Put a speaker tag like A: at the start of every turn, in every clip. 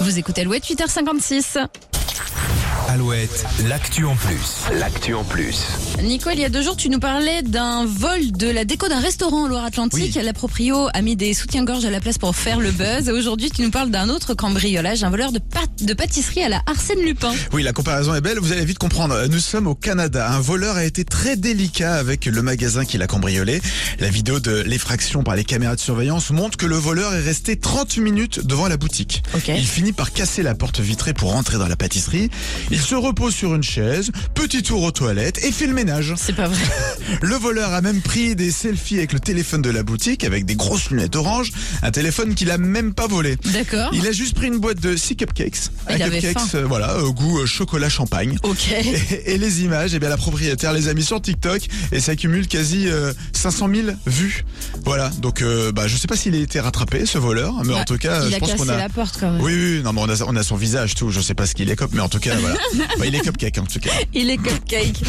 A: Vous écoutez Louette 8h56.
B: Alouette, l'actu en plus.
C: L'actu en plus.
A: Nicole, il y a deux jours, tu nous parlais d'un vol de la déco d'un restaurant en Loire-Atlantique. La proprio a mis des soutiens-gorge à la place pour faire le buzz. Et Aujourd'hui, tu nous parles d'un autre cambriolage, un voleur de, pâte- de pâtisserie à la Arsène Lupin.
B: Oui, la comparaison est belle, vous allez vite comprendre. Nous sommes au Canada. Un voleur a été très délicat avec le magasin qu'il a cambriolé. La vidéo de l'effraction par les caméras de surveillance montre que le voleur est resté 30 minutes devant la boutique.
A: Ok.
B: Il finit par casser la porte vitrée pour rentrer dans la pâtisserie. Il se repose sur une chaise, petit tour aux toilettes et fait le ménage.
A: C'est pas vrai.
B: Le voleur a même pris des selfies avec le téléphone de la boutique avec des grosses lunettes oranges, un téléphone qu'il a même pas volé.
A: D'accord.
B: Il a juste pris une boîte de 6 cupcakes.
A: Ah, il
B: Un
A: avait
B: cupcakes,
A: faim.
B: euh, voilà, au goût euh, chocolat champagne.
A: Ok.
B: Et, et les images, eh bien la propriétaire les a mis sur TikTok et ça accumule quasi euh, 500 000 vues. Voilà, donc euh, bah, je sais pas s'il a été rattrapé ce voleur, mais en
A: Bah,
B: tout cas,
A: il
B: je
A: a
B: pense
A: cassé
B: qu'on a.
A: la porte quand même.
B: Oui, oui, non, mais on a, on a son visage, tout. Je sais pas ce qu'il écope, mais en tout cas, voilà. Bah, il est cupcake, en tout cas.
A: Il est cupcake.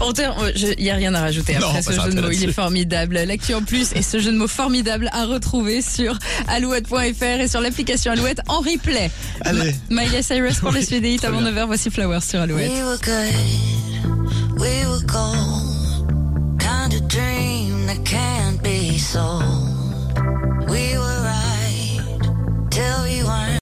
A: En termes- je- Il n'y a rien à rajouter
B: Non,
A: après
B: on
A: ce
B: va
A: jeu
B: s'arrêter
A: de mots. Il
B: là-dessus.
A: est formidable. L'actu en plus et ce jeu de mots formidable à retrouver sur alouette.fr et sur l'application Alouette en replay.
B: Allez.
A: Ma- Miley Cyrus pour les suite des hits
B: très
A: avant
B: bien.
A: 9h. Voici Flowers sur Alouette.
D: We were good, we were gold.